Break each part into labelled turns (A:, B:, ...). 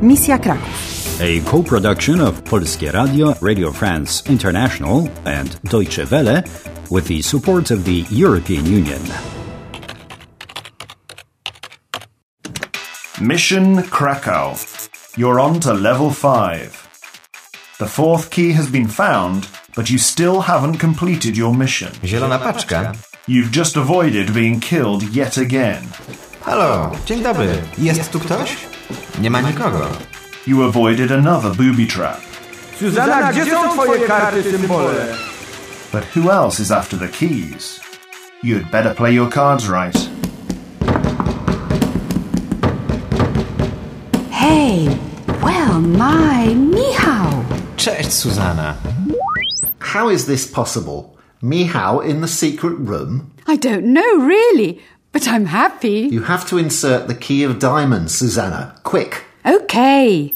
A: Misja Kraków.
B: A co-production of Polskie Radio, Radio France International and Deutsche Welle with the support of the European Union.
C: Mission Krakow. You're on to level 5. The fourth key has been found, but you still haven't completed your mission.
D: Zielona paczka.
C: You've just avoided being killed yet again.
D: Halo, dzień dobry. Jest tu ktoś? Nie ma nikogo.
C: You avoided another booby trap.
E: Zuzana, gdzie są twoje karty, symbole?
C: But who else is after the keys? You'd better play your cards right.
F: Hey, well, my, Michał.
D: Cześć, Suzana.
G: How is this possible? Mihao in the secret room?
F: I don't know, really, but I'm happy.
G: You have to insert the key of diamonds, Susanna. Quick.
F: Okay.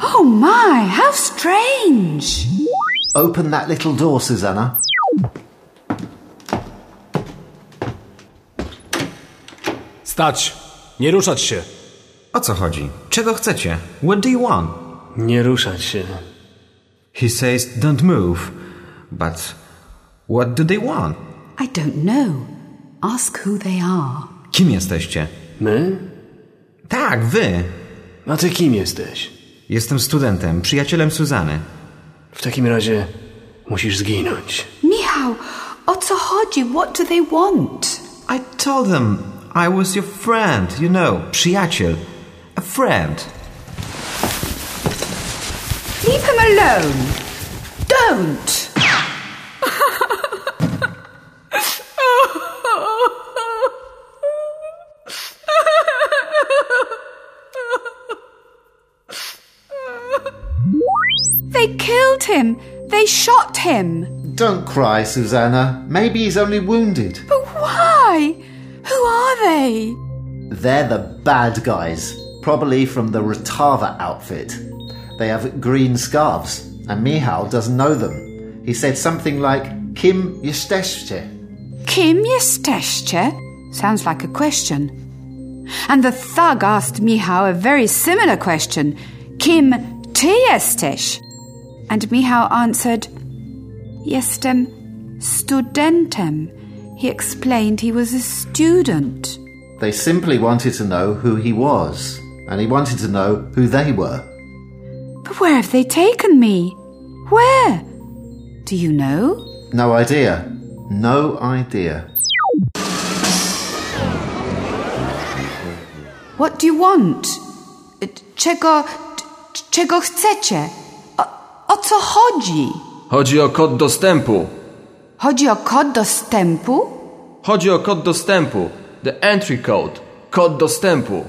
F: Oh my, how strange!
G: Open that little door, Susanna.
H: Stać! Nie ruszać się!
D: O co chodzi? Czego chcecie? What do you want?
E: Nie ruszać się.
D: He says don't move. But what do they want?
F: I don't know. Ask who they are.
D: Kim jesteście?
E: My?
D: Tak, wy.
E: A ty kim jesteś?
D: Jestem studentem, przyjacielem Suzany.
E: W takim razie musisz zginąć.
F: Michał, o co chodzi? What do they want?
D: I told them I was your friend, you know, przyjaciel. A friend.
F: Leave him alone. Don't. they killed him. They shot him.
G: Don't cry, Susanna. Maybe he's only wounded.
F: But why? Who are they?
G: They're the bad guys, probably from the Ratava outfit. They have green scarves, and Mihao doesn't know them. He said something like, Kim Yesteshche.
F: Kim jesteście? Sounds like a question. And the thug asked Michał a very similar question. Kim ty jesteś? And Michał answered, Jestem studentem. He explained he was a student.
G: They simply wanted to know who he was, and he wanted to know who they were.
F: But where have they taken me? Where? Do you know?
G: No idea. No idea.
F: What do you want? Czego, czego chcecie? O, o co chodzi?
I: Chodzi o kod dostępu.
F: Chodzi o kod dostępu?
I: Chodzi o kod dostępu. The entry code. Kod dostępu.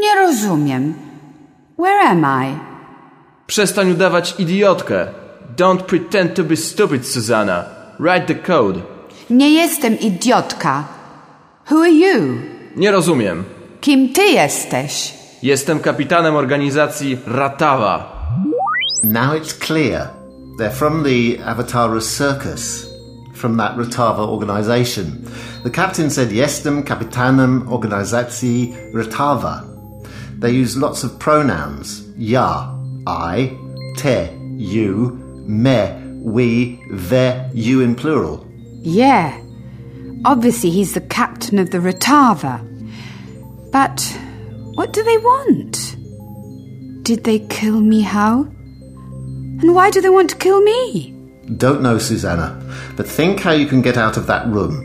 F: Nie rozumiem. Where am I?
I: Przestań udawać idiotkę. Don't pretend to be stupid, Susanna. Write the code.
F: Nie jestem idiotka. Who are you?
I: Nie rozumiem.
F: Kim ty jesteś?
I: Jestem kapitanem organizacji Ratawa.
G: Now it's clear. They're from the Avatara Circus, from that Ratava organization. The captain said, Jestem Capitanum Organizacji Ratava. They use lots of pronouns. Ya, I, te, you, me, we, the, you in plural.
F: Yeah. Obviously, he's the captain of the Ratava. But what do they want? Did they kill me, how? And why do they want to kill me?
G: Don't know, Susanna, but think how you can get out of that room.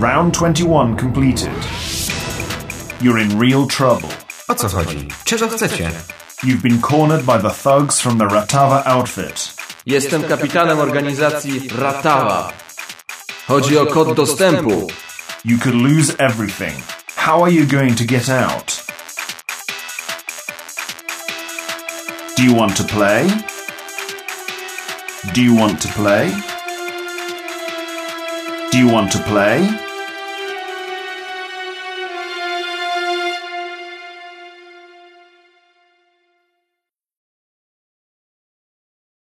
C: Round 21 completed. You're in real trouble.
D: O co chodzi? Czego chcecie?
C: You've been cornered by the thugs from the Ratava outfit.
I: Jestem kapitanem organizacji Ratawa. Chodzi o kod dostępu.
C: You could lose everything. How are you going to get out? Do you want to play? Do you want to play? Do you want to play?